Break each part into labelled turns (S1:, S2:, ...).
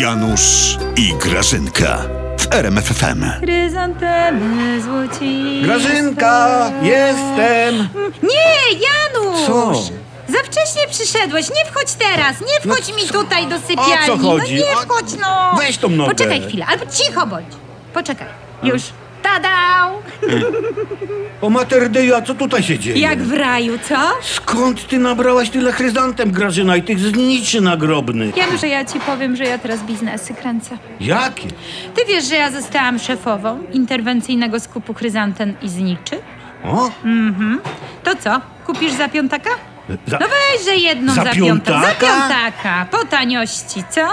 S1: Janusz i Grażynka w RMFFM.
S2: Chryzantemy złociste.
S3: Grażynka, jestem!
S2: Nie, Janusz!
S3: Co?
S2: Za wcześnie przyszedłeś, nie wchodź teraz, nie wchodź mi tutaj do sypialni.
S3: No O co chodzi?
S2: No nie
S3: O-
S2: wchodź, no!
S3: Weź tą nogę.
S2: Poczekaj chwilę, albo cicho bądź. Poczekaj, już. Tadał!
S3: O Mater Dei, a co tutaj się dzieje?
S2: Jak w raju, co?
S3: Skąd ty nabrałaś tyle chryzantem, Grażyna, i tych zniczy nagrobnych?
S2: Janusze, ja ci powiem, że ja teraz biznesy kręcę.
S3: Jakie?
S2: Ty wiesz, że ja zostałam szefową interwencyjnego skupu chryzanten i zniczy?
S3: O?
S2: To co, kupisz za piątaka?
S3: Za...
S2: No weźże jedną za,
S3: Za
S2: piątaka. Za
S3: piątaka?
S2: piątaka, po taniości, co?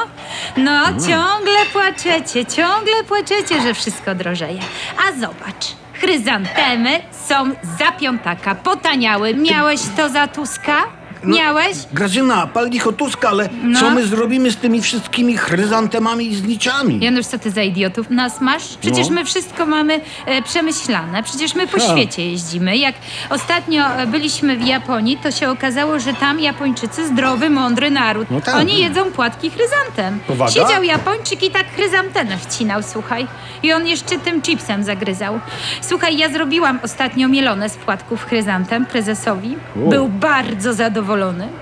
S2: No,
S3: Mm.
S2: ciągle płaczecie, ciągle płaczecie, że wszystko drożeje. A zobacz, chryzantemy są za piątaka, potaniały. Miałeś to za Tuska?
S3: No-
S2: Miałeś?
S3: Grażyna, pal licho Tuska, ale
S2: No.
S3: co my zrobimy z tymi wszystkimi chryzantemami i zniczami?
S2: Janusz, co ty za idiotów nas masz? Przecież
S3: No. Tak.
S2: my wszystko mamy e, przemyślane, przecież my po świecie jeździmy. Jak ostatnio e, byliśmy w Japonii, to się okazało, że tam Japończycy zdrowy, mądry naród.
S3: No tak.
S2: Oni jedzą płatki chryzantem.
S3: Powaga?
S2: Siedział Japończyk i tak chryzantenę wcinał, słuchaj. I on jeszcze tym chipsem zagryzał. Słuchaj, ja zrobiłam ostatnio mielone z płatków chryzantem prezesowi. Był bardzo zadowolony.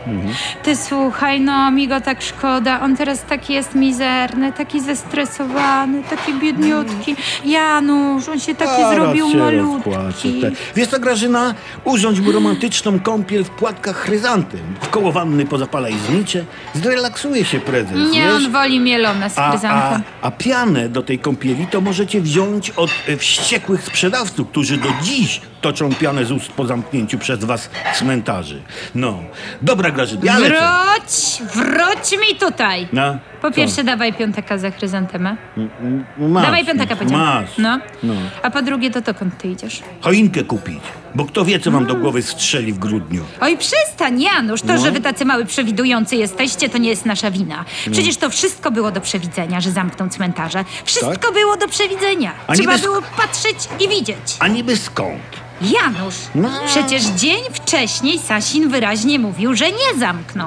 S3: Mhm.
S2: Ty słuchaj, no mi go tak szkoda. On teraz taki jest mizerny, taki zestresowany, taki biedniutki. Janusz, on się taki
S3: Zaraz
S2: zrobił
S3: się
S2: malutki.
S3: rozpłaczę. Te- Wiesz co, Grażyna? Urządź mu romantyczną kąpiel w płatkach chryzantem. Koło wanny pozapalaj znicze. Zrelaksuje się prezes,
S2: Nie,
S3: wiesz?
S2: on woli mielone z
S3: A, a,
S2: chryzantem.
S3: a pianę do tej kąpieli to możecie wziąć od e, wściekłych sprzedawców, którzy do dziś toczą pianę z ust po zamknięciu przez was cmentarzy. No, dobra Grażyna, ja lecę.
S2: Wróć, wróć mi tutaj.
S3: No,
S2: Po
S3: co?
S2: pierwsze dawaj piątaka za chryzantemę.
S3: Masz,
S2: Dawaj piątaka powiedziałam.
S3: Masz.
S2: No.
S3: No.
S2: A po drugie, to dokąd ty idziesz?
S3: Choinkę kupić, bo kto wie, co wam
S2: Mm.
S3: do głowy strzeli w grudniu.
S2: Oj, przestań, Janusz. To,
S3: No.
S2: że wy tacy mały przewidujący jesteście, to nie jest nasza wina.
S3: No.
S2: Przecież to wszystko było do przewidzenia, że zamkną cmentarze. Wszystko
S3: Tak?
S2: było do przewidzenia.
S3: A
S2: Trzeba
S3: niby sk-
S2: było patrzeć i widzieć.
S3: A niby skąd?
S2: Janusz,
S3: No.
S2: przecież dzień wcześniej Sasin wyraźnie mówił, że nie zamkną.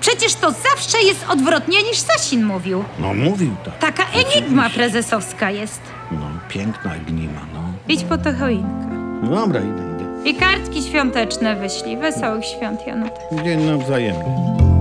S2: Przecież to zawsze jest odwrotnie niż Sasin mówił.
S3: No mówił tak.
S2: Taka enigma prezesowska jest.
S3: No, piękna gnima, no.
S2: Idź po to choinkę.
S3: No Dobra, idę, idę.
S2: I kartki świąteczne wyślij. Wesołych świąt, Januta.
S3: Dzień nawzajem.